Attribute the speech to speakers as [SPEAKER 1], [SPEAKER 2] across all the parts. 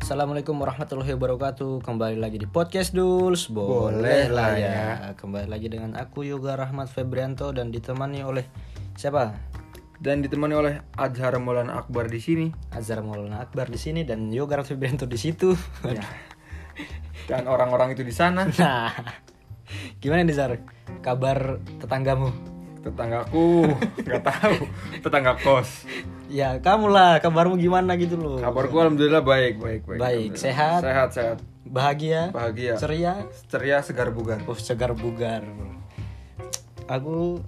[SPEAKER 1] Assalamualaikum warahmatullahi wabarakatuh. Kembali lagi di podcast Duls.
[SPEAKER 2] Boleh lah ya.
[SPEAKER 1] Kembali lagi dengan aku Yoga Rahmat Febrianto dan ditemani oleh siapa?
[SPEAKER 2] dan ditemani oleh Azhar Maulana Akbar di sini
[SPEAKER 1] Azhar Maulana Akbar di sini dan Yoga Rahmat Febrianto di situ.
[SPEAKER 2] Ya. dan orang-orang itu di sana.
[SPEAKER 1] nah, gimana nih Zar? Kabar tetanggamu?
[SPEAKER 2] Tetanggaku nggak tahu, tetangga kos.
[SPEAKER 1] Ya kamu lah, kabarmu gimana gitu loh?
[SPEAKER 2] Kabar gua alhamdulillah baik, baik,
[SPEAKER 1] Baik,
[SPEAKER 2] baik. Alhamdulillah.
[SPEAKER 1] sehat?
[SPEAKER 2] Sehat, sehat.
[SPEAKER 1] Bahagia,
[SPEAKER 2] Bahagia.
[SPEAKER 1] ceria,
[SPEAKER 2] Ceria segar bugar.
[SPEAKER 1] oh segar bugar. Aku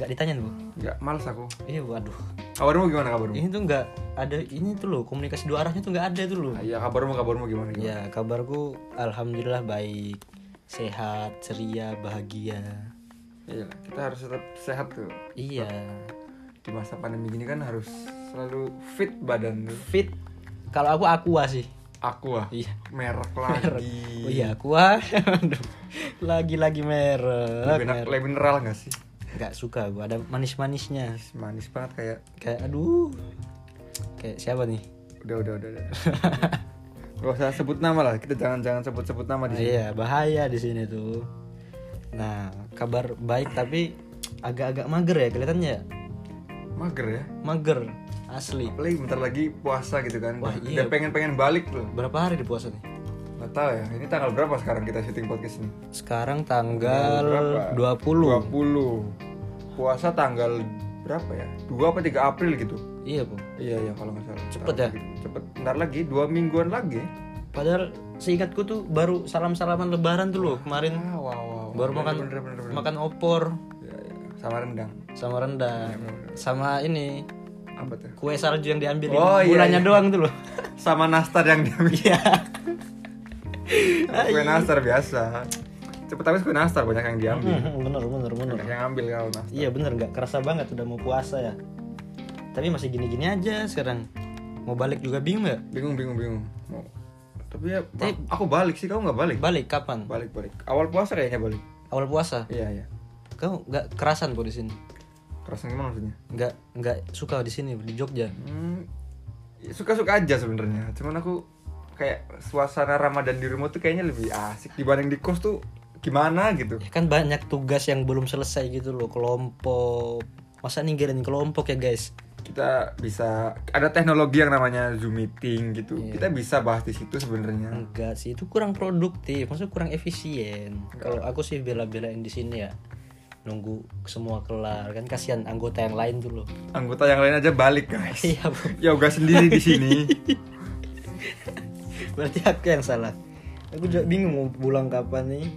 [SPEAKER 1] nggak ditanya bu.
[SPEAKER 2] Nggak males aku.
[SPEAKER 1] Iya, waduh.
[SPEAKER 2] Kabarmu gimana kabarmu?
[SPEAKER 1] ini tuh nggak ada ini tuh loh komunikasi dua arahnya tuh nggak ada tuh loh
[SPEAKER 2] Ah, Iya, kabarmu kabarmu gimana? gimana?
[SPEAKER 1] ya kabarku alhamdulillah baik sehat ceria bahagia
[SPEAKER 2] Iya, kita harus tetap sehat tuh.
[SPEAKER 1] iya
[SPEAKER 2] Di masa pandemi gini kan harus selalu fit badan tuh.
[SPEAKER 1] fit kalau aku aqua sih
[SPEAKER 2] Aku ah.
[SPEAKER 1] Iya.
[SPEAKER 2] Merek lagi.
[SPEAKER 1] oh iya aqua Aduh, lagi-lagi
[SPEAKER 2] Lebih
[SPEAKER 1] Iya, merek
[SPEAKER 2] enak lebih mineral nggak sih?
[SPEAKER 1] nggak suka gua ada manis-manisnya
[SPEAKER 2] Manis banget kayak.
[SPEAKER 1] kayak aduh kayak siapa nih
[SPEAKER 2] Udah, udah, udah, udah. Gak usah sebut nama lah. Kita jangan jangan sebut-sebut nama di
[SPEAKER 1] Ah,
[SPEAKER 2] sini.
[SPEAKER 1] iya bahaya di sini tuh nah kabar baik tapi agak-agak mager ya kelihatannya ya?
[SPEAKER 2] Mager ya.
[SPEAKER 1] mager asli
[SPEAKER 2] Apalagi bentar lagi puasa gitu kan.
[SPEAKER 1] Wah, iya.
[SPEAKER 2] Udah pengen-pengen balik tuh.
[SPEAKER 1] berapa hari di puasa nih?
[SPEAKER 2] Gak tau ya. Ini tanggal berapa sekarang kita syuting podcast ini?
[SPEAKER 1] Sekarang tanggal
[SPEAKER 2] Berapa?
[SPEAKER 1] 20.
[SPEAKER 2] 20. Puasa tanggal berapa ya? 2 apa 3 April gitu.
[SPEAKER 1] Iya, Bu.
[SPEAKER 2] Iya, iya kalau nggak salah.
[SPEAKER 1] Cepet
[SPEAKER 2] Bentar
[SPEAKER 1] ya?
[SPEAKER 2] lagi. Cepet. Bentar lagi 2 mingguan lagi.
[SPEAKER 1] Padahal seingatku tuh baru salam-salaman lebaran tuh loh kemarin
[SPEAKER 2] Wow, wow, wow.
[SPEAKER 1] baru makan
[SPEAKER 2] Oh, bener, bener, bener.
[SPEAKER 1] makan opor
[SPEAKER 2] Iya, iya. Sama rendang.
[SPEAKER 1] sama
[SPEAKER 2] Iya,
[SPEAKER 1] rendang sama ini
[SPEAKER 2] Apa tuh?
[SPEAKER 1] kue salju yang diambil
[SPEAKER 2] Oh, iya,
[SPEAKER 1] bulannya
[SPEAKER 2] iya.
[SPEAKER 1] doang tuh loh.
[SPEAKER 2] Sama nastar yang dia
[SPEAKER 1] Iya.
[SPEAKER 2] kue nastar biasa cepet habis kue nastar banyak yang diambil
[SPEAKER 1] Hmm, bener bener bener.
[SPEAKER 2] banyak yang ambil kalau nastar
[SPEAKER 1] Iya bener nggak kerasa banget udah mau puasa ya. Tapi masih gini-gini aja sekarang. Mau balik juga bingung ya?
[SPEAKER 2] bingung bingung bingung mau tapi ya ba- aku balik sih kamu nggak balik
[SPEAKER 1] Balik kapan?
[SPEAKER 2] balik balik awal puasa kayaknya balik
[SPEAKER 1] Awal puasa.
[SPEAKER 2] iya iya
[SPEAKER 1] Kamu nggak kerasan kok di sini?
[SPEAKER 2] kerasa gimana maksudnya
[SPEAKER 1] Nggak nggak suka di sini di Jogja?
[SPEAKER 2] hmm, suka suka aja sebenarnya cuman aku kayak suasana ramadan di rumah tuh kayaknya lebih asik dibanding di kos tuh gimana gitu
[SPEAKER 1] ya kan banyak tugas yang belum selesai gitu loh kelompok masa ninggirin kelompok ya guys
[SPEAKER 2] kita bisa ada teknologi yang namanya zoom meeting gitu
[SPEAKER 1] Iya.
[SPEAKER 2] kita bisa bahas di situ sebenarnya
[SPEAKER 1] enggak sih itu kurang produktif maksudnya kurang efisien kalau aku sih bela-belain di sini ya nunggu semua kelar kan kasihan anggota yang lain dulu
[SPEAKER 2] anggota yang lain aja balik guys
[SPEAKER 1] iya Bu.
[SPEAKER 2] yoga sendiri di sini.
[SPEAKER 1] berarti aku yang salah aku juga bingung mau pulang kapan nih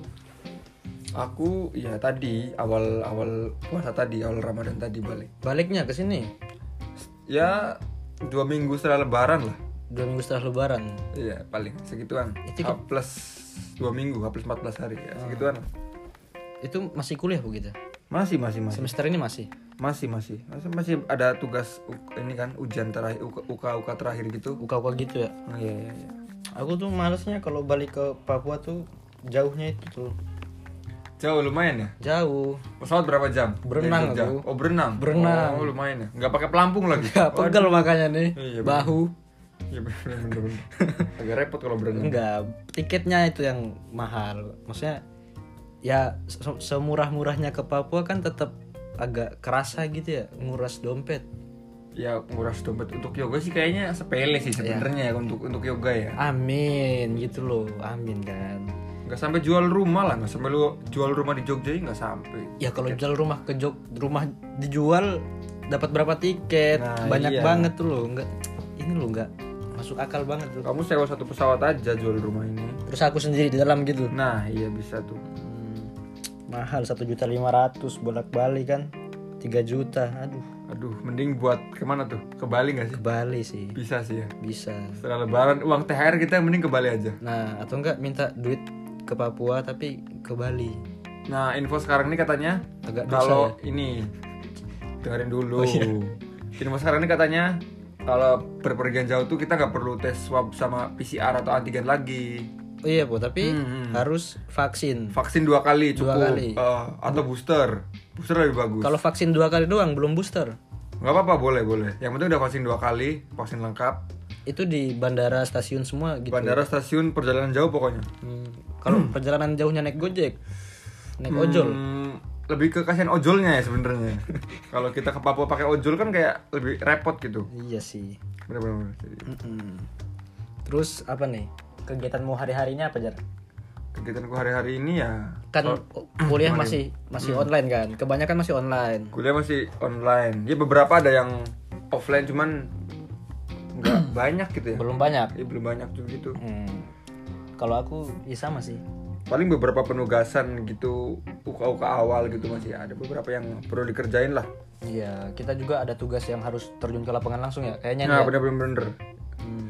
[SPEAKER 2] Aku ya tadi awal awal puasa tadi awal Ramadan tadi balik.
[SPEAKER 1] baliknya ke sini
[SPEAKER 2] Ya dua minggu setelah Lebaran lah.
[SPEAKER 1] dua minggu setelah lebaran
[SPEAKER 2] Iya paling segituan.
[SPEAKER 1] Itu
[SPEAKER 2] H plus dua minggu, H plus 14 hari ya segituan.
[SPEAKER 1] itu masih kuliah begitu
[SPEAKER 2] Masih masih masih
[SPEAKER 1] semester ini masih
[SPEAKER 2] masih masih masih masih ada tugas u- ini kan ujian terakhir uka uka terakhir gitu.
[SPEAKER 1] buka-buka gitu ya
[SPEAKER 2] Oh, iya iya iya.
[SPEAKER 1] aku tuh malesnya kalau balik ke Papua tuh jauhnya itu tuh
[SPEAKER 2] Jauh lumayan ya.
[SPEAKER 1] jauh
[SPEAKER 2] Pesawat berapa jam?
[SPEAKER 1] Berenang
[SPEAKER 2] Dari Jogja?
[SPEAKER 1] aku.
[SPEAKER 2] Oh berenang.
[SPEAKER 1] Berenang.
[SPEAKER 2] Oh lumayan ya. Nggak pakai pelampung lagi.
[SPEAKER 1] Gak Ya, pegel makanya nih
[SPEAKER 2] Iya, bener.
[SPEAKER 1] bahu
[SPEAKER 2] Iya bener bener. bener. Agak repot kalau berenang.
[SPEAKER 1] enggak tiketnya itu yang mahal maksudnya ya se- semurah-murahnya ke Papua kan tetap agak kerasa gitu ya nguras dompet
[SPEAKER 2] ya nguras dompet untuk yoga sih kayaknya sepele sih sebenarnya
[SPEAKER 1] Iya.
[SPEAKER 2] ya untuk untuk yoga ya
[SPEAKER 1] amin gitu loh amin kan
[SPEAKER 2] nggak sampai jual rumah lah nggak sampai lu jual rumah di Jogja ya nggak sampai
[SPEAKER 1] ya kalau jual rumah ke Jog rumah dijual dapat berapa tiket
[SPEAKER 2] Nah,
[SPEAKER 1] banyak
[SPEAKER 2] iya.
[SPEAKER 1] banget tuh loh enggak ini loh enggak masuk akal banget tuh
[SPEAKER 2] kamu sewa satu pesawat aja jual rumah ini
[SPEAKER 1] terus aku sendiri di dalam gitu
[SPEAKER 2] nah iya bisa tuh
[SPEAKER 1] Hmm, mahal satu juta lima ratus bolak balik kan 3 juta aduh
[SPEAKER 2] aduh mending buat kemana tuh ke Bali
[SPEAKER 1] ke
[SPEAKER 2] nggak sih
[SPEAKER 1] Bali sih
[SPEAKER 2] bisa sih ya
[SPEAKER 1] bisa
[SPEAKER 2] setelah Lebaran uang THR kita mending ke Bali aja
[SPEAKER 1] nah atau enggak minta duit ke Papua tapi ke Bali
[SPEAKER 2] nah info sekarang ini katanya
[SPEAKER 1] Agak dosa ya. Oh, iya.
[SPEAKER 2] kalau ini dengerin dulu info sekarang ini katanya kalau berpergian jauh tuh kita nggak perlu tes swab sama PCR atau antigen lagi
[SPEAKER 1] oh iya bu tapi
[SPEAKER 2] Hmm,
[SPEAKER 1] harus vaksin
[SPEAKER 2] vaksin dua kali cukup
[SPEAKER 1] Dua kali.
[SPEAKER 2] Eh, atau booster booster lebih bagus
[SPEAKER 1] kalau vaksin dua kali doang belum booster
[SPEAKER 2] nggak apa-apa boleh boleh yang penting udah vaksin dua kali vaksin lengkap
[SPEAKER 1] itu di bandara stasiun semua gitu
[SPEAKER 2] Bandara stasiun perjalanan jauh pokoknya.
[SPEAKER 1] Hmm, kalau perjalanan jauhnya naik gojek naik ojol
[SPEAKER 2] Hmm, lebih ke kasihan ojolnya ya sebenarnya. Kalau kita ke Papua pakai ojol kan kayak lebih repot gitu.
[SPEAKER 1] iya sih
[SPEAKER 2] Bener-bener. Jadi,
[SPEAKER 1] Mm-mm. terus apa nih kegiatanmu hari harinya apa jar
[SPEAKER 2] Kegiatanku hari-hari ini ya
[SPEAKER 1] kan kuliah masih masih online kan kebanyakan masih online
[SPEAKER 2] kuliah masih online. Ya beberapa ada yang offline cuman nggak banyak gitu ya.
[SPEAKER 1] belum banyak
[SPEAKER 2] Ya, belum banyak juga gitu.
[SPEAKER 1] Hmm. kalau aku ya sama sih
[SPEAKER 2] Paling beberapa penugasan gitu uka-uka awal gitu masih ada beberapa yang perlu dikerjain lah.
[SPEAKER 1] iya kita juga ada tugas yang harus terjun ke lapangan langsung ya kayaknya
[SPEAKER 2] Nah
[SPEAKER 1] nih ya.
[SPEAKER 2] bener-bener
[SPEAKER 1] Hmm.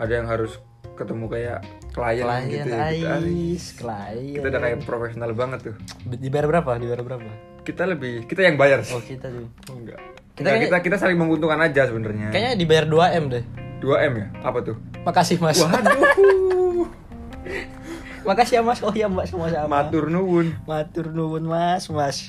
[SPEAKER 2] ada yang harus ketemu kayak klien,
[SPEAKER 1] klien
[SPEAKER 2] gitu ya. Kita,
[SPEAKER 1] ais klien
[SPEAKER 2] kita udah kayak profesional banget tuh.
[SPEAKER 1] dibayar berapa dibayar berapa
[SPEAKER 2] Kita lebih kita yang bayar sih.
[SPEAKER 1] oh kita tuh
[SPEAKER 2] Enggak.
[SPEAKER 1] Kita
[SPEAKER 2] Enggak,
[SPEAKER 1] kayak-
[SPEAKER 2] kita kita saling menguntungkan aja sebenarnya.
[SPEAKER 1] kayaknya dibayar 2 m deh
[SPEAKER 2] 2 m ya apa tuh?
[SPEAKER 1] makasih mas
[SPEAKER 2] Waduh.
[SPEAKER 1] makasih ya mas oh ya mbak semua sama
[SPEAKER 2] Matur nuwun.
[SPEAKER 1] matur nuwun mas mas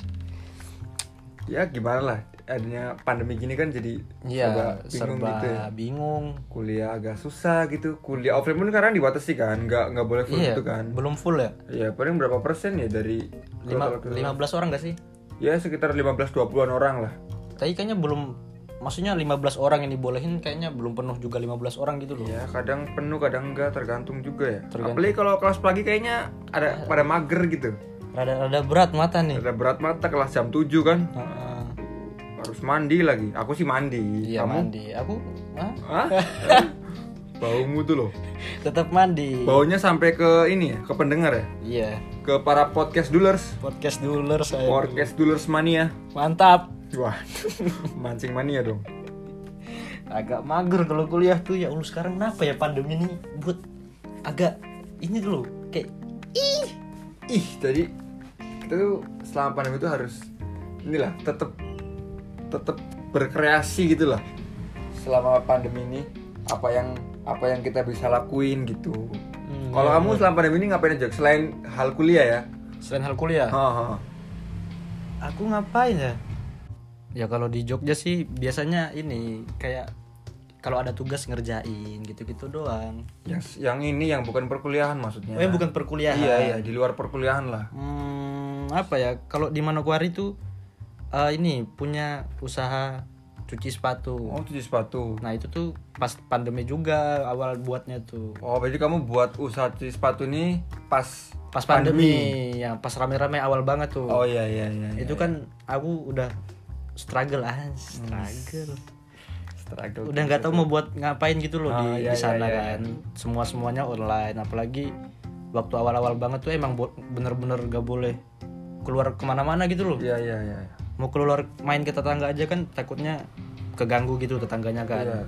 [SPEAKER 2] Ya gimana lah adanya pandemi gini kan jadi
[SPEAKER 1] Iya,
[SPEAKER 2] serba bingung
[SPEAKER 1] serba
[SPEAKER 2] gitu ya.
[SPEAKER 1] bingung.
[SPEAKER 2] Kuliah agak susah gitu. Kuliah offline pun sekarang dibatasi kan, nggak nggak boleh full
[SPEAKER 1] Iya,
[SPEAKER 2] gitu kan.
[SPEAKER 1] belum full ya?
[SPEAKER 2] Ya paling berapa persen ya dari
[SPEAKER 1] Lima, 15 orang gak sih?
[SPEAKER 2] ya sekitar 15-20an orang lah.
[SPEAKER 1] Tapi kayaknya belum, maksudnya 15 orang yang dibolehin kayaknya belum penuh juga 15 orang gitu loh.
[SPEAKER 2] Ya kadang penuh kadang enggak tergantung juga ya.
[SPEAKER 1] Tergantung. Iya.
[SPEAKER 2] Apalagi kalau kelas pagi kayaknya ada pada mager gitu.
[SPEAKER 1] Rada-rada berat mata nih.
[SPEAKER 2] Ada berat mata kelas jam 7 kan.
[SPEAKER 1] Heeh.
[SPEAKER 2] Harus mandi lagi. Aku sih mandi.
[SPEAKER 1] Iya mandi. Aku hah?
[SPEAKER 2] Hah? Baumu tuh loh.
[SPEAKER 1] tetap mandi.
[SPEAKER 2] Baunya sampai ke ini ya, ke pendengar ya.
[SPEAKER 1] Iya.
[SPEAKER 2] Ke para podcast dulers.
[SPEAKER 1] Podcast dulu saya.
[SPEAKER 2] Podcast dulers mania.
[SPEAKER 1] Mantap.
[SPEAKER 2] Wah, mancing mania dong.
[SPEAKER 1] Agak mager kalau kuliah tuh ya Allah sekarang kenapa ya pandemi ini buat agak ini dulu kayak ih
[SPEAKER 2] Ih, jadi kita tuh selama pandemi itu harus inilah tetap tetap berkreasi gitu lah. Selama pandemi ini apa yang apa yang kita bisa lakuin gitu.
[SPEAKER 1] Hmm,
[SPEAKER 2] Kalau kamu selama pandemi ini ngapain aja selain hal kuliah ya?
[SPEAKER 1] selain hal kuliah.
[SPEAKER 2] Ha, ha.
[SPEAKER 1] aku ngapain ya ya kalau di Jogja sih biasanya ini kayak kalau ada tugas ngerjain gitu-gitu doang
[SPEAKER 2] Yang yang ini yang bukan perkuliahan maksudnya.
[SPEAKER 1] oh ya bukan perkuliahan
[SPEAKER 2] Iya iya di luar perkuliahan lah.
[SPEAKER 1] Hmm, apa ya kalau di Manokwari tuh eh, ini punya usaha cuci sepatu
[SPEAKER 2] Oh cuci sepatu.
[SPEAKER 1] nah itu tuh pas pandemi juga awal buatnya tuh
[SPEAKER 2] Oh jadi kamu buat usaha cuci sepatu ini pas
[SPEAKER 1] pas pandemi, ya pas rame-rame awal banget tuh
[SPEAKER 2] Oh iya iya iya. iya.
[SPEAKER 1] itu kan aku udah struggle ah struggle
[SPEAKER 2] Struggle.
[SPEAKER 1] udah nggak tahu mau buat ngapain gitu loh
[SPEAKER 2] Hmm. Ah,
[SPEAKER 1] di, di
[SPEAKER 2] iya,
[SPEAKER 1] sana
[SPEAKER 2] iya, iya.
[SPEAKER 1] kan semua semuanya online apalagi waktu awal-awal banget tuh emang bo- bener-bener gak boleh keluar kemana-mana gitu loh
[SPEAKER 2] Iya iya iya.
[SPEAKER 1] mau keluar main ke tetangga aja kan takutnya keganggu gitu tetangganya kan
[SPEAKER 2] Iya.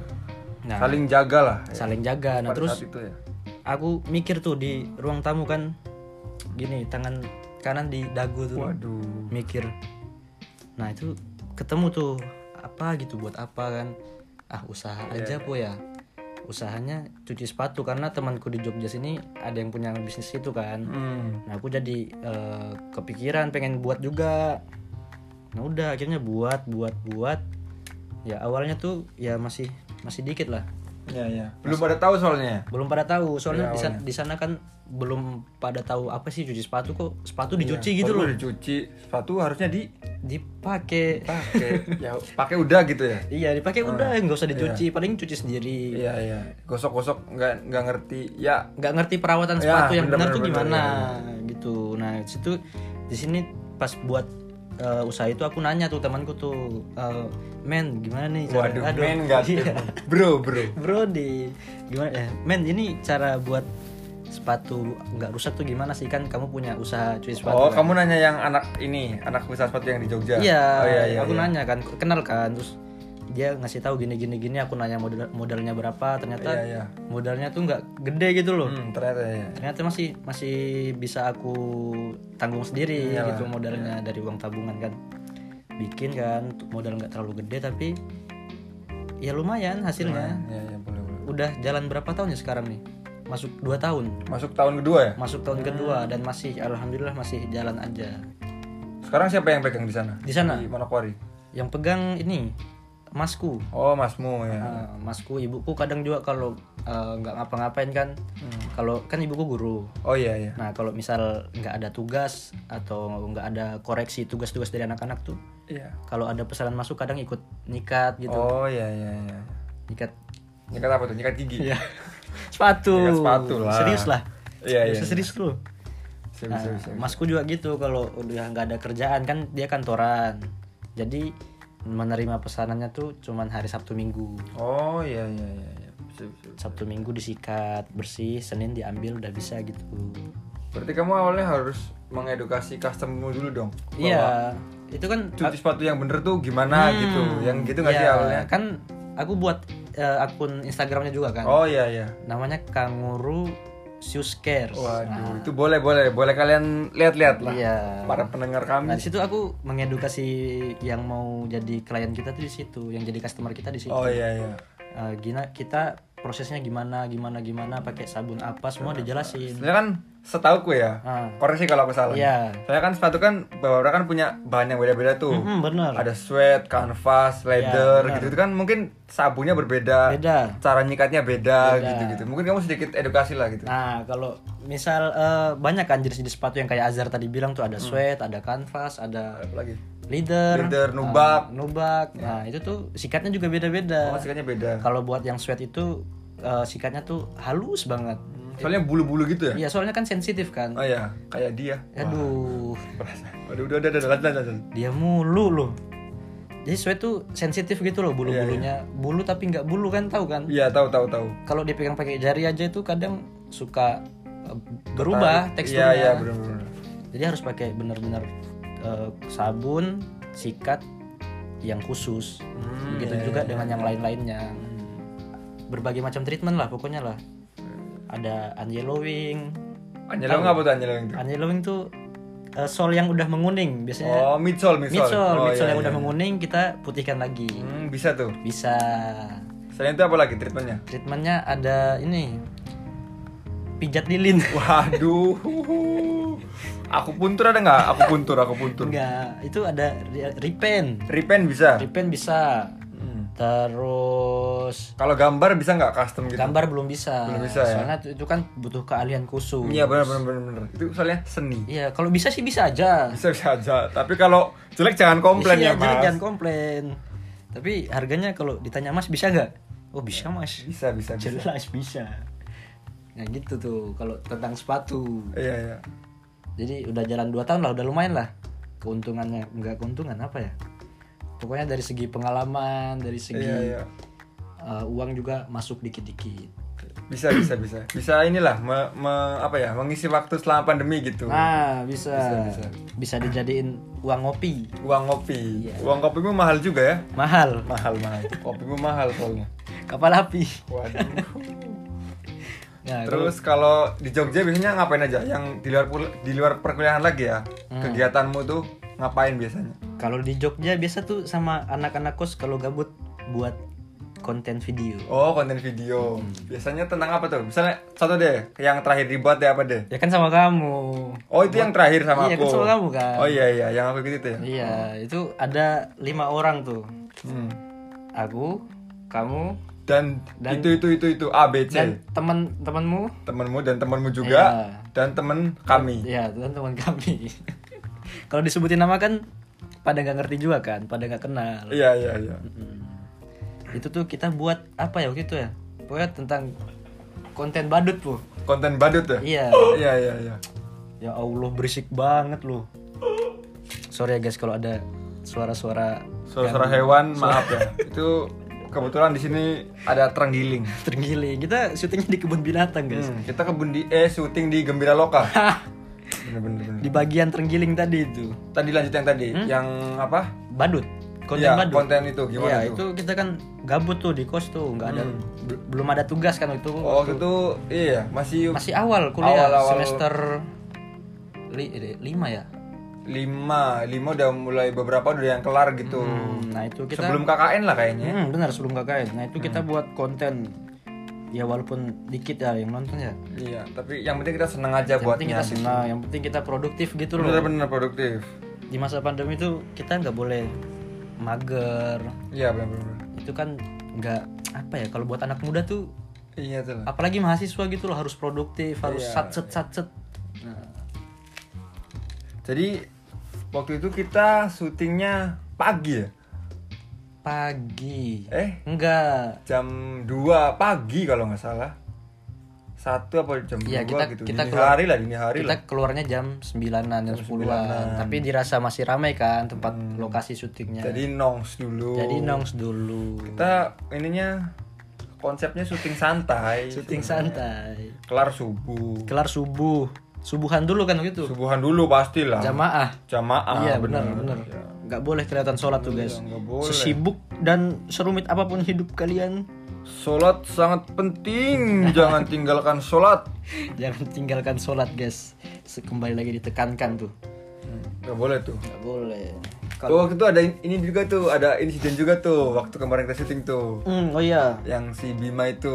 [SPEAKER 1] nah
[SPEAKER 2] Saling jaga lah. ya,
[SPEAKER 1] saling jaga nah
[SPEAKER 2] pada
[SPEAKER 1] terus
[SPEAKER 2] saat itu ya.
[SPEAKER 1] aku mikir tuh di ruang tamu kan gini tangan kanan di dagu tuh
[SPEAKER 2] Waduh.
[SPEAKER 1] mikir nah itu ketemu tuh apa gitu buat apa kan ah usaha
[SPEAKER 2] Iya,
[SPEAKER 1] aja po ya usahanya cuci sepatu karena temanku di Jogja sini ada yang punya bisnis itu kan
[SPEAKER 2] Hmm.
[SPEAKER 1] nah aku jadi eh, kepikiran pengen buat juga nah udah akhirnya buat buat buat ya awalnya tuh ya masih masih dikit lah
[SPEAKER 2] Iya iya. Belum pada tahu soalnya.
[SPEAKER 1] belum pada tahu soalnya di sana- di sana kan belum pada tahu apa sih cuci sepatu kok sepatu dicuci gitu loh
[SPEAKER 2] Perlu dicuci. Sepatu harusnya dipakai.
[SPEAKER 1] dipakai
[SPEAKER 2] ya pakai udah gitu ya.
[SPEAKER 1] Iya dipakai udah nggak usah dicuci paling cuci sendiri
[SPEAKER 2] Iya iya. Gosok-gosok nggak nggak ngerti. Ya
[SPEAKER 1] nggak ngerti perawatan
[SPEAKER 2] Ya,
[SPEAKER 1] sepatu yang benar
[SPEAKER 2] bener-bener,
[SPEAKER 1] tuh
[SPEAKER 2] bener-bener,
[SPEAKER 1] gimana gitu nah situ di sini pas buat eh, usaha itu aku nanya tuh temanku tuh eh, men gimana nih cara
[SPEAKER 2] waduh men nggak sih.
[SPEAKER 1] iya.
[SPEAKER 2] Bro bro.
[SPEAKER 1] bro di gimana eh, men ini cara buat sepatu nggak rusak tuh gimana sih kan kamu punya usaha cuci sepatu
[SPEAKER 2] Oh,
[SPEAKER 1] kan?
[SPEAKER 2] kamu nanya yang anak ini, anak usaha sepatu yang di Jogja.
[SPEAKER 1] Iya,
[SPEAKER 2] Oh, iya, iya,
[SPEAKER 1] aku
[SPEAKER 2] iya.
[SPEAKER 1] nanya kan, kenal kan, terus dia ngasih tahu gini gini gini, aku nanya modal modalnya berapa, ternyata
[SPEAKER 2] Iya, iya.
[SPEAKER 1] modalnya tuh nggak gede gitu loh,
[SPEAKER 2] Hmm, ternyata ya.
[SPEAKER 1] ternyata masih masih bisa aku tanggung sendiri gitu modalnya dari uang tabungan kan, bikin kan modal nggak terlalu gede tapi ya lumayan hasilnya,
[SPEAKER 2] Iya, iya, boleh, boleh.
[SPEAKER 1] udah jalan berapa tahun ya sekarang nih, masuk dua tahun,
[SPEAKER 2] Masuk tahun kedua ya?
[SPEAKER 1] masuk tahun kedua dan masih alhamdulillah masih jalan aja
[SPEAKER 2] Sekarang siapa yang pegang di sana?
[SPEAKER 1] di sana.
[SPEAKER 2] Di Manokwari.
[SPEAKER 1] yang pegang ini masku
[SPEAKER 2] Oh, masmu ya.
[SPEAKER 1] Eh, masku ibuku kadang juga kalau eh, nggak ngapa-ngapain kan kalau kan ibuku guru
[SPEAKER 2] Oh iya iya.
[SPEAKER 1] nah kalau misal nggak ada tugas atau nggak ada koreksi tugas-tugas dari anak-anak tuh
[SPEAKER 2] Iya.
[SPEAKER 1] kalau ada pesanan masuk kadang ikut nyikat gitu
[SPEAKER 2] Oh iya iya iya.
[SPEAKER 1] nyikat
[SPEAKER 2] Nyikat apa tuh? Nyikat gigi.
[SPEAKER 1] ya sepatu
[SPEAKER 2] Iya. Nyikat sepatu lah.
[SPEAKER 1] serius lah
[SPEAKER 2] Iya, iya,
[SPEAKER 1] Serius- serius lu
[SPEAKER 2] Serius,
[SPEAKER 1] Nah,
[SPEAKER 2] serius, serius.
[SPEAKER 1] masku juga gitu kalau udah nggak ada kerjaan kan dia kantoran jadi menerima pesanannya tuh cuman hari Sabtu Minggu
[SPEAKER 2] Oh iya iya iya. iya. Serius, serius.
[SPEAKER 1] Sabtu Minggu disikat bersih Senin diambil udah bisa gitu
[SPEAKER 2] Berarti kamu awalnya harus mengedukasi customer dulu dong.
[SPEAKER 1] iya itu kan
[SPEAKER 2] Cuci sepatu yang bener tuh gimana gitu. Yang gitu nggak sih
[SPEAKER 1] Hmm. Iya,
[SPEAKER 2] awalnya?
[SPEAKER 1] kan aku buat eh, akun Instagramnya juga kan
[SPEAKER 2] Oh iya iya.
[SPEAKER 1] namanya Kanguru Shoes Care
[SPEAKER 2] Waduh, itu boleh boleh boleh kalian lihat-lihat lah.
[SPEAKER 1] Iya.
[SPEAKER 2] Para pendengar kami.
[SPEAKER 1] Nah di situ aku mengedukasi yang mau jadi klien kita tuh di situ, yang jadi customer kita di situ.
[SPEAKER 2] Oh iya iya.
[SPEAKER 1] Eh, gina kita prosesnya gimana, gimana, gimana, pakai sabun apa semua dijelasin.
[SPEAKER 2] Sebenarnya kan setauku ya.
[SPEAKER 1] Ah.
[SPEAKER 2] Koreksi kalau aku salah.
[SPEAKER 1] Iya.
[SPEAKER 2] Saya kan sepatu kan beberapa orang kan punya bahan yang beda-beda tuh.
[SPEAKER 1] Hmm, bener.
[SPEAKER 2] Ada sweat, canvas,
[SPEAKER 1] Iya,
[SPEAKER 2] leather
[SPEAKER 1] benar.
[SPEAKER 2] gitu gitu kan mungkin sabunnya berbeda.
[SPEAKER 1] Beda.
[SPEAKER 2] Cara nyikatnya beda
[SPEAKER 1] Beda.
[SPEAKER 2] gitu-gitu. Mungkin kamu sedikit edukasi lah gitu.
[SPEAKER 1] Nah kalau misal eh, banyak kan jenis-jenis sepatu yang kayak Azhar tadi bilang tuh ada
[SPEAKER 2] Hmm.
[SPEAKER 1] sweat, ada canvas, ada
[SPEAKER 2] Apa lagi?
[SPEAKER 1] leader,
[SPEAKER 2] Leader, nubak. Ya.
[SPEAKER 1] eh, nubak. Nah itu tuh sikatnya juga
[SPEAKER 2] Oh,
[SPEAKER 1] beda-beda.
[SPEAKER 2] sikatnya beda.
[SPEAKER 1] kalau buat yang sweat itu eh, sikatnya tuh halus banget.
[SPEAKER 2] Soalnya bulu-bulu gitu ya.
[SPEAKER 1] Iya soalnya kan sensitif kan.
[SPEAKER 2] Oh iya, kayak dia.
[SPEAKER 1] Aduh.
[SPEAKER 2] Perasaan. Waduh, udah udah udah lanjut lanjut, lanjut.
[SPEAKER 1] dia mulu loh jadi sweat tuh sensitif gitu loh bulu bulunya bulu tapi nggak bulu kan tahu kan
[SPEAKER 2] Iya, tahu tahu tahu.
[SPEAKER 1] kalau dipegang pakai jari aja itu kadang suka eh, berubah teksturnya
[SPEAKER 2] Iya, iya, benar-benar.
[SPEAKER 1] jadi harus pakai bener-bener eh, sabun sikat yang khusus
[SPEAKER 2] Hmm,
[SPEAKER 1] begitu
[SPEAKER 2] iya,
[SPEAKER 1] juga dengan yang lain-lainnya berbagai macam treatment lah pokoknya lah ada unyellowing
[SPEAKER 2] Anjelong apa tuh anjelong itu?
[SPEAKER 1] unyellowing tuh eh, sol yang udah menguning biasanya
[SPEAKER 2] Oh, midsole, midsole.
[SPEAKER 1] midsole,
[SPEAKER 2] Oh,
[SPEAKER 1] midsole
[SPEAKER 2] iya,
[SPEAKER 1] yang udah
[SPEAKER 2] iya.
[SPEAKER 1] menguning kita putihkan lagi.
[SPEAKER 2] Hmm, bisa tuh.
[SPEAKER 1] Bisa.
[SPEAKER 2] Selain itu apa lagi treatmentnya?
[SPEAKER 1] Treatmentnya ada ini. Pijat lilin.
[SPEAKER 2] Waduh. Aku puntur ada nggak? Aku puntur, aku puntur.
[SPEAKER 1] Enggak, itu ada ri- repaint.
[SPEAKER 2] Repaint bisa.
[SPEAKER 1] Repaint bisa.
[SPEAKER 2] Hmm.
[SPEAKER 1] Terus
[SPEAKER 2] Kalau gambar bisa nggak custom gitu?
[SPEAKER 1] gambar belum bisa.
[SPEAKER 2] Belum bisa, ya?
[SPEAKER 1] Soalnya itu- itu kan butuh keahlian khusus.
[SPEAKER 2] Iya benar benar benar benar. Itu soalnya seni.
[SPEAKER 1] Iya, kalau bisa sih bisa aja.
[SPEAKER 2] Bisa bisa aja. Tapi kalau jelek jangan komplain
[SPEAKER 1] Iya,
[SPEAKER 2] ya,
[SPEAKER 1] jadi
[SPEAKER 2] Mas.
[SPEAKER 1] jangan komplain. Tapi harganya kalau ditanya Mas bisa nggak? Oh, bisa, Mas.
[SPEAKER 2] Bisa bisa bisa.
[SPEAKER 1] jelas bisa nah gitu tuh kalau tentang sepatu
[SPEAKER 2] Iya iya.
[SPEAKER 1] jadi udah jalan 2 tahun lah udah lumayan lah keuntungannya nggak keuntungan apa ya pokoknya dari segi pengalaman dari segi
[SPEAKER 2] Iya iya.
[SPEAKER 1] uh, uang juga masuk dikit-dikit
[SPEAKER 2] Bisa bisa bisa. Bisa inilah me- me- apa ya? Mengisi waktu selama pandemi gitu.
[SPEAKER 1] nah bisa
[SPEAKER 2] Bisa,
[SPEAKER 1] bisa,
[SPEAKER 2] bisa.
[SPEAKER 1] dijadiin uang ngopi
[SPEAKER 2] Uang kopi.
[SPEAKER 1] Iya.
[SPEAKER 2] Uang kopimu mahal juga ya?
[SPEAKER 1] mahal
[SPEAKER 2] Mahal mahal. Kopimu mahal soalnya.
[SPEAKER 1] kapal api
[SPEAKER 2] Waduh.
[SPEAKER 1] nah
[SPEAKER 2] Terus kalau di Jogja biasanya ngapain aja? Yang di luar pul- di luar perkuliahan lagi ya?
[SPEAKER 1] Hmm.
[SPEAKER 2] Kegiatanmu tuh ngapain biasanya?
[SPEAKER 1] kalau di Jogja biasa tuh sama anak-anak kos kalau gabut buat konten video
[SPEAKER 2] Oh, konten video.
[SPEAKER 1] Hmm.
[SPEAKER 2] Biasanya tentang apa tuh? Misalnya satu deh, yang terakhir dibuat ya apa deh?
[SPEAKER 1] ya kan sama kamu
[SPEAKER 2] Oh, itu yang terakhir sama
[SPEAKER 1] Iya,
[SPEAKER 2] aku.
[SPEAKER 1] kan sama kamu kan.
[SPEAKER 2] Oh iya iya, yang aku gitu tuh ya.
[SPEAKER 1] Iya, itu ada lima orang tuh.
[SPEAKER 2] Hmm.
[SPEAKER 1] Aku, kamu,
[SPEAKER 2] Dan,
[SPEAKER 1] Dan-
[SPEAKER 2] itu itu itu itu A B C.
[SPEAKER 1] dan teman temanmu.
[SPEAKER 2] Temenmu dan temenmu juga
[SPEAKER 1] Iya.
[SPEAKER 2] dan temen kami.
[SPEAKER 1] Iya, dan teman kami. Kalau disebutin nama kan pada nggak ngerti juga kan, pada nggak kenal.
[SPEAKER 2] Iya iya iya.
[SPEAKER 1] Hmm. Itu tuh kita buat apa ya waktu itu ya? Pokoknya tentang konten badut loh.
[SPEAKER 2] Konten badut ya?
[SPEAKER 1] Iya.
[SPEAKER 2] Iya iya iya.
[SPEAKER 1] Ya Allah berisik banget loh. Sorry ya guys kalau ada suara-suara
[SPEAKER 2] Suara-suara hewan, maaf ya. Itu kebetulan di sini ada terenggiling.
[SPEAKER 1] terenggiling. Kita syutingnya di kebun binatang guys.
[SPEAKER 2] Hmm, kita ke Bundi eh syuting di Gembira Loka. Bener-bener. bener.
[SPEAKER 1] Di bagian terenggiling tadi itu.
[SPEAKER 2] Tadi lanjut yang tadi, yang apa?
[SPEAKER 1] badut Hmm? konten
[SPEAKER 2] Iya,
[SPEAKER 1] badut
[SPEAKER 2] konten itu gimana
[SPEAKER 1] Iya,
[SPEAKER 2] tuh? Hmm.
[SPEAKER 1] itu kita kan gabut tuh di kos tuh nggak ada bel- belum ada tugas kan itu
[SPEAKER 2] Oh, waktu itu iya, masih
[SPEAKER 1] masih awal kuliah
[SPEAKER 2] Awal-awal.
[SPEAKER 1] semester li- eh, lima ya
[SPEAKER 2] lima, lima udah mulai beberapa udah yang kelar gitu.
[SPEAKER 1] Hmm, nah itu kita
[SPEAKER 2] Sebelum KKN lah kayaknya.
[SPEAKER 1] Hmm, benar sebelum KKN nah itu kita
[SPEAKER 2] Hmm.
[SPEAKER 1] buat konten ya walaupun dikit ya yang nonton ya
[SPEAKER 2] Iya, tapi yang penting kita seneng
[SPEAKER 1] yang
[SPEAKER 2] aja
[SPEAKER 1] penting
[SPEAKER 2] buatnya.
[SPEAKER 1] kita senang yang penting kita produktif gitu loh
[SPEAKER 2] Bener-bener produktif.
[SPEAKER 1] di masa pandemi itu kita nggak boleh mager
[SPEAKER 2] Iya benar-benar.
[SPEAKER 1] itu kan nggak apa ya kalau buat anak muda tuh
[SPEAKER 2] Iya tuh lah.
[SPEAKER 1] apalagi mahasiswa gitu loh harus produktif harus
[SPEAKER 2] Iya, Nah.
[SPEAKER 1] satset satset
[SPEAKER 2] Jadi waktu itu kita syutingnya pagi ya.
[SPEAKER 1] pagi
[SPEAKER 2] Eh
[SPEAKER 1] enggak
[SPEAKER 2] jam 2 pagi kalau nggak salah. Satu apa jam
[SPEAKER 1] Iya,
[SPEAKER 2] 2
[SPEAKER 1] kita-
[SPEAKER 2] gitu.
[SPEAKER 1] kita
[SPEAKER 2] dini
[SPEAKER 1] keluar-
[SPEAKER 2] hari lah, dini hari lah.
[SPEAKER 1] kita keluarnya jam 9-an jam
[SPEAKER 2] 9-an.
[SPEAKER 1] 10-an tapi dirasa masih ramai kan tempat lokasi syutingnya
[SPEAKER 2] Hmm. Jadi nongs dulu.
[SPEAKER 1] jadi nongs dulu
[SPEAKER 2] kita ininya konsepnya syuting santai.
[SPEAKER 1] syuting santai
[SPEAKER 2] Kelar subuh.
[SPEAKER 1] kelar subuh subuhan dulu kan gitu
[SPEAKER 2] Subuhan dulu pastilah.
[SPEAKER 1] jamaah
[SPEAKER 2] Jamaah.
[SPEAKER 1] iya benar benar nggak boleh kelihatan sholat tuh guys
[SPEAKER 2] Iya, Nggak boleh.
[SPEAKER 1] sesibuk dan serumit apapun hidup kalian
[SPEAKER 2] Sholat sangat penting. Jangan tinggalkan sholat.
[SPEAKER 1] jangan tinggalkan sholat guys Se- kembali lagi ditekankan tuh Hmm.
[SPEAKER 2] Gak boleh tuh.
[SPEAKER 1] nggak boleh
[SPEAKER 2] Tuh, waktu itu ada in- ini juga tuh, ada insiden juga tuh waktu kemarin kita syuting tuh.
[SPEAKER 1] Hmm, oh iya
[SPEAKER 2] Yang si Bima itu.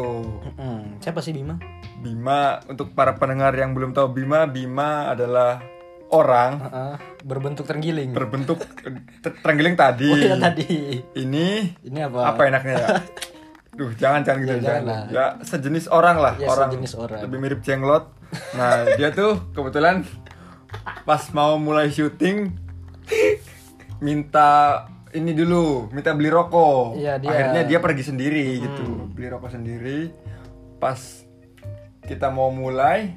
[SPEAKER 1] Mm-mm. siapa sih Bima
[SPEAKER 2] Bima untuk para pendengar yang belum tahu Bima, Bima adalah orang
[SPEAKER 1] Ah, berbentuk terenggiling
[SPEAKER 2] berbentuk ter- terenggiling tadi.
[SPEAKER 1] oh iya tadi
[SPEAKER 2] Ini
[SPEAKER 1] ini apa,
[SPEAKER 2] apa enaknya ya? Duh, jangan jangan gitu,
[SPEAKER 1] Ya,
[SPEAKER 2] jangan.
[SPEAKER 1] jangan
[SPEAKER 2] Ya, sejenis orang lah,
[SPEAKER 1] Ya,
[SPEAKER 2] orang,
[SPEAKER 1] sejenis orang.
[SPEAKER 2] lebih mirip jenglot. Nah, dia tuh kebetulan pas mau mulai syuting minta ini dulu, minta beli rokok.
[SPEAKER 1] Iya, dia- Hmm.
[SPEAKER 2] Akhirnya dia pergi sendiri gitu, beli rokok sendiri. Pas kita mau mulai,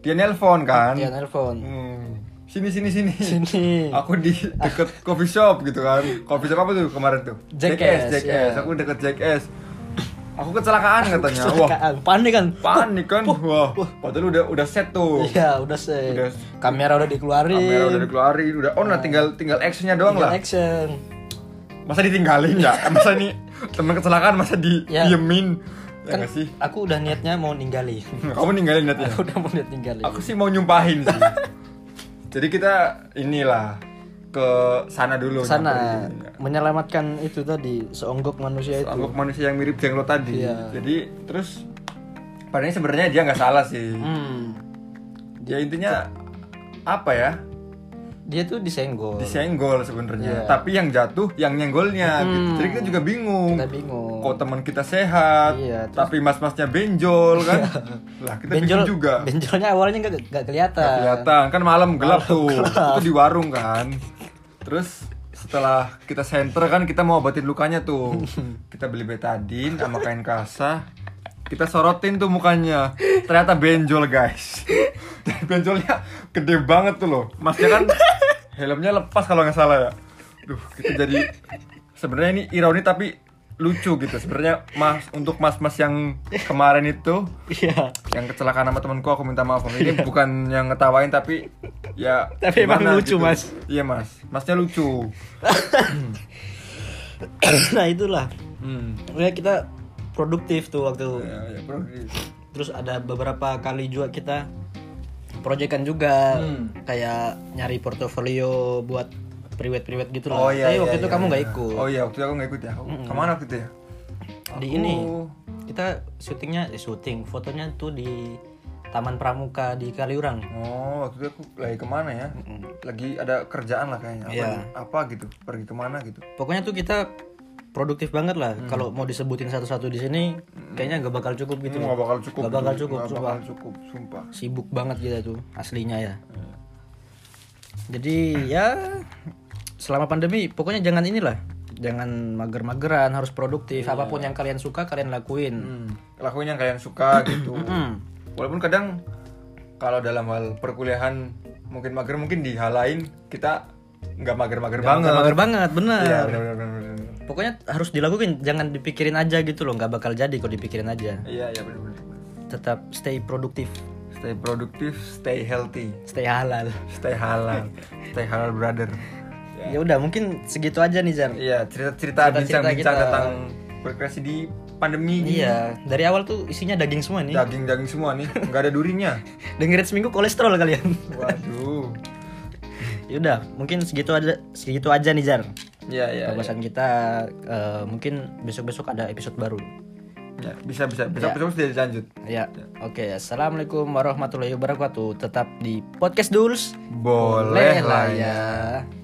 [SPEAKER 2] dia nelpon kan.
[SPEAKER 1] dia Iya, nelpon
[SPEAKER 2] Hmm, Sini sini sini.
[SPEAKER 1] sini
[SPEAKER 2] Aku di deket coffee shop gitu kan. Coffee shop apa tuh kemarin tuh?
[SPEAKER 1] Jackass,
[SPEAKER 2] Jackass.
[SPEAKER 1] iya.
[SPEAKER 2] Aku deket Jackass. Aku kecelakaan katanya. Wah,
[SPEAKER 1] Kecelakaan. panik kan
[SPEAKER 2] panik kan. Wah, padahal udah udah set tuh.
[SPEAKER 1] iya udah set
[SPEAKER 2] Udah.
[SPEAKER 1] kamera udah dikeluarin
[SPEAKER 2] Kamera udah dikeluarin, udah on lah tinggal tinggal actionnya doang
[SPEAKER 1] Tinggal
[SPEAKER 2] lah. Ya
[SPEAKER 1] action
[SPEAKER 2] Masa ditinggalin ya? Masa nih temen kecelakaan masa di
[SPEAKER 1] Ya.
[SPEAKER 2] diemin? Ya
[SPEAKER 1] kan
[SPEAKER 2] nggak sih?
[SPEAKER 1] aku udah niatnya mau ninggalin
[SPEAKER 2] Kamu ninggalin nanti.
[SPEAKER 1] aku udah mau niat ninggalin
[SPEAKER 2] Aku sih mau nyumpahin sih. Jadi kita inilah ke sana dulu.
[SPEAKER 1] sana
[SPEAKER 2] nyamperin.
[SPEAKER 1] menyelamatkan itu tadi seonggok manusia itu
[SPEAKER 2] anggap manusia yang mirip jenglot tadi.
[SPEAKER 1] Gitu. Iya.
[SPEAKER 2] Jadi terus padahal sebenarnya dia nggak salah sih.
[SPEAKER 1] Hmm.
[SPEAKER 2] Dia intinya apa ya?
[SPEAKER 1] dia tuh disenggol
[SPEAKER 2] Disenggol
[SPEAKER 1] Iya.
[SPEAKER 2] sebenarnya. Tapi yang jatuh yang nyenggolnya gitu.
[SPEAKER 1] Hmm.
[SPEAKER 2] Jadi kita juga bingung.
[SPEAKER 1] kita bingung
[SPEAKER 2] Kok teman kita sehat,
[SPEAKER 1] Iya, terus- Iya.
[SPEAKER 2] tapi mas-masnya benjol kan? lah kita bingung juga.
[SPEAKER 1] benjolnya awalnya nggak nggak kelihatan
[SPEAKER 2] Nggak kelihatan kan malam gelap tuh. Itu di warung kan. Terus setelah kita senter kan kita mau obatin lukanya tuh. Kita beli betadin sama kain kasah. Kita sorotin tuh mukanya. Ternyata benjol, guys. Dan benjolnya gede banget tuh loh. Masnya kan helmnya lepas kalau nggak salah ya. Duh, kita jadi sebenarnya ini ironi tapi lucu gitu. Sebenarnya Mas untuk Mas-mas yang kemarin itu
[SPEAKER 1] iya
[SPEAKER 2] yang kecelakaan sama temanku aku minta maaf Om. ini bukan yang ngetawain tapi ya
[SPEAKER 1] Tapi emang
[SPEAKER 2] gimana
[SPEAKER 1] lucu, Mas.
[SPEAKER 2] iya mas masnya lucu
[SPEAKER 1] nah itulah
[SPEAKER 2] hmm.
[SPEAKER 1] ya kita produktif tuh waktu
[SPEAKER 2] ya, ya, bro.
[SPEAKER 1] terus ada beberapa kali juga kita proyekan juga
[SPEAKER 2] Hmm.
[SPEAKER 1] kayak nyari portofolio buat priwet-priwet gitu lah tapi waktu itu kamu nggak ikut
[SPEAKER 2] oh iya waktu itu aku nggak ikut ya Aku- kemana waktu itu ya
[SPEAKER 1] di
[SPEAKER 2] Aku-
[SPEAKER 1] ini kita syutingnya eh, syuting fotonya tuh di Taman Pramuka di Kaliurang
[SPEAKER 2] oh waktu itu aku lagi kemana ya lagi ada kerjaan lah kayaknya apa,
[SPEAKER 1] Iya.
[SPEAKER 2] apa gitu pergi kemana gitu
[SPEAKER 1] pokoknya tuh kita produktif banget lah
[SPEAKER 2] Hmm.
[SPEAKER 1] kalau mau disebutin satu-satu di sini kayaknya nggak bakal cukup gitu
[SPEAKER 2] itu Hmm. nggak bakal cukup
[SPEAKER 1] Nggak bakal cukup,
[SPEAKER 2] nggak bakal cukup sumpah
[SPEAKER 1] sibuk banget kita tuh aslinya ya
[SPEAKER 2] Hmm.
[SPEAKER 1] jadi ya selama pandemi pokoknya jangan inilah jangan mager-mageran harus produktif apapun yang kalian suka kalian lakuin
[SPEAKER 2] Iya. hmm. lakuin yang kalian suka gitu
[SPEAKER 1] Hmm.
[SPEAKER 2] Walaupun kadang kalau dalam hal perkuliahan mungkin mager mungkin di hal lain kita nggak mager-mager banget.
[SPEAKER 1] Nggak mager banget bener
[SPEAKER 2] Iya benar benar
[SPEAKER 1] pokoknya harus dilakuin jangan dipikirin aja gitu loh nggak bakal jadi kalau dipikirin aja
[SPEAKER 2] Iya iya benar benar.
[SPEAKER 1] tetap stay produktif
[SPEAKER 2] Stay produktif, stay healthy,
[SPEAKER 1] stay halal
[SPEAKER 2] stay halal, stay halal brother.
[SPEAKER 1] ya udah mungkin segitu aja nih Jar
[SPEAKER 2] Iya
[SPEAKER 1] Cerita-cerita
[SPEAKER 2] cerita-cerita bincang-bincang
[SPEAKER 1] kita.
[SPEAKER 2] tentang berkreasi di pandemi gini.
[SPEAKER 1] iya dari awal tuh isinya daging semua nih
[SPEAKER 2] Daging-daging semua nih, nggak ada durinya.
[SPEAKER 1] dengerin seminggu kolesterol kalian
[SPEAKER 2] Waduh.
[SPEAKER 1] Yaudah, mungkin segitu aja segitu aja nih Jar.
[SPEAKER 2] Iya iya. iya.
[SPEAKER 1] Pembahasan kita eh, mungkin besok-besok ada episode baru.
[SPEAKER 2] Ya, bisa bisa besok besok sudah lanjut.
[SPEAKER 1] Ya. Oke, assalamualaikum warahmatullahi wabarakatuh. Tetap di podcast Duls.
[SPEAKER 2] Boleh lah ya.
[SPEAKER 1] ya.